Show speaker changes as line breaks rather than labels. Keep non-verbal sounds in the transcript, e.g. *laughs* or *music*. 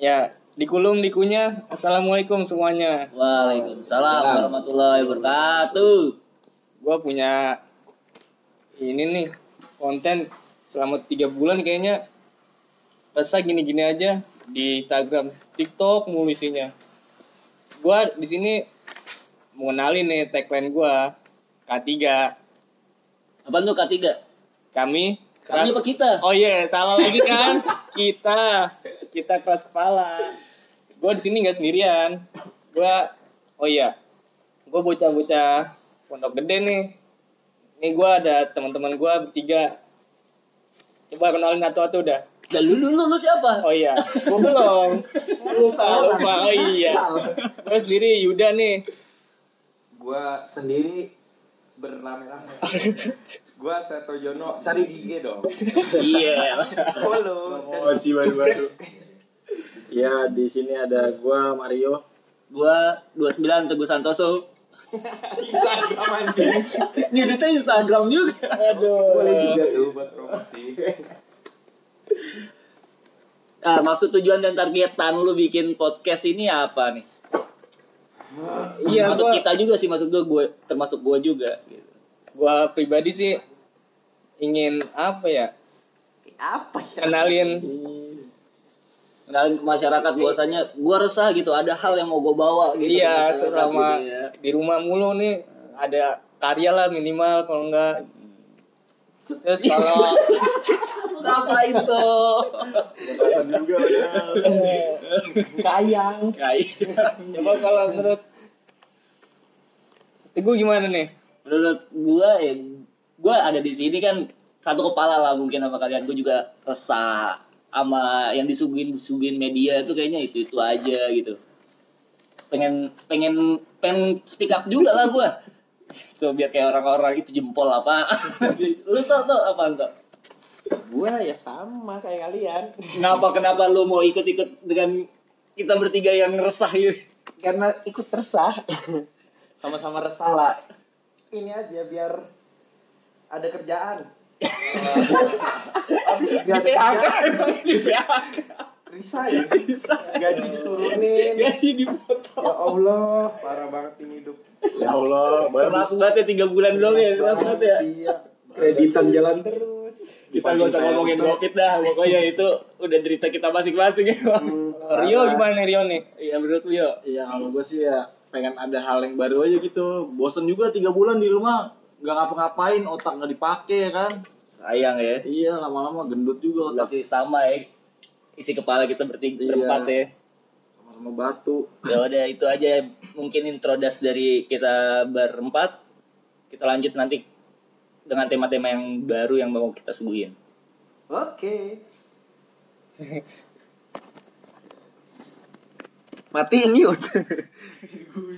Ya, dikulum dikunyah. Assalamualaikum semuanya.
Waalaikumsalam warahmatullahi wabarakatuh.
Gua punya ini nih konten selama tiga bulan kayaknya rasa gini-gini aja di Instagram, TikTok mulu isinya. Gua di sini mengenali nih tagline gua K3.
Apaan tuh K3?
Kami
Kami
keras-
apa kita?
Oh iya, salah lagi kan? kita, kita keras kepala. Gue di sini nggak sendirian. Gue, oh iya, gue bocah-bocah pondok gede nih. Nih gue ada teman-teman gue bertiga. Coba kenalin satu-satu dah.
Ya lu dulu lu siapa?
Oh iya, gue belum. Lupa, lupa. Oh iya. Gue sendiri Yuda nih.
gua sendiri
*laughs*
berlame-lame gua Seto Jono cari di IG dong
Oh,
Iya.
follow
Promosi Oh, baru-baru. Ya, di sini ada gua Mario.
Gua 29 Teguh Santoso.
Instagram anjing
Nyudutnya Instagram juga.
boleh juga tuh buat promosi
Nah, maksud tujuan dan targetan lu bikin podcast ini apa nih?
Iya,
masuk
gua-
kita juga sih masuk gua, gua termasuk gua juga gitu.
gue pribadi sih ingin apa ya? Apa ya? Kenalin
Kenalin ke masyarakat bahwasanya gua resah gitu, ada hal yang mau gua bawa gitu.
Iya,
Masyarakat
selama
gitu ya.
di rumah mulu nih ada karya lah minimal kalau enggak terus
*laughs*
kalau
ngapain tuh?
Kelihatan juga padahal.
Kayak
coba kalau menurut Teguh gimana nih?
menurut gua ya gua ada di sini kan satu kepala lah mungkin sama kalian gua juga resah sama yang disuguhin disuguhin media itu kayaknya itu itu aja gitu pengen pengen pengen speak up juga lah gua itu biar kayak orang-orang itu jempol apa *laughs* lu tau tau apa tuh
gua ya sama kayak kalian
kenapa kenapa lu mau ikut-ikut dengan kita bertiga yang resah gitu *laughs*
karena ikut resah sama-sama resah lah ini aja biar ada
*laughs*
kerjaan
di PHK emang di
*laughs*
PHK
resign
bisa
gaji diturunin ya
gaji dipotong
Allah parah banget ini hidup
Ya Allah, baru
keras banget ya tiga bulan belum ya keras banget ya
iya
kreditan jalan terus.
kita gak usah ngomongin
gitu.
covid dah pokoknya itu udah derita kita masing-masing ya
Hmm,
*laughs*
Rio gimana nih Rio nih?
iya menurut lu yo
Ya kalau gue sih ya pengen ada hal yang baru aja gitu. Bosen juga tiga bulan di rumah nggak ngapa-ngapain, otak nggak dipakai ya kan?
sayang ya
Iya lama-lama gendut juga otak
berarti sama ya isi kepala kita bertiga
Iya.
berempat ya
sama-sama batu.
ya udah itu aja mungkin introdas dari kita berempat kita lanjut nanti dengan tema-tema yang baru yang mau kita suguhin
oke matiin yuk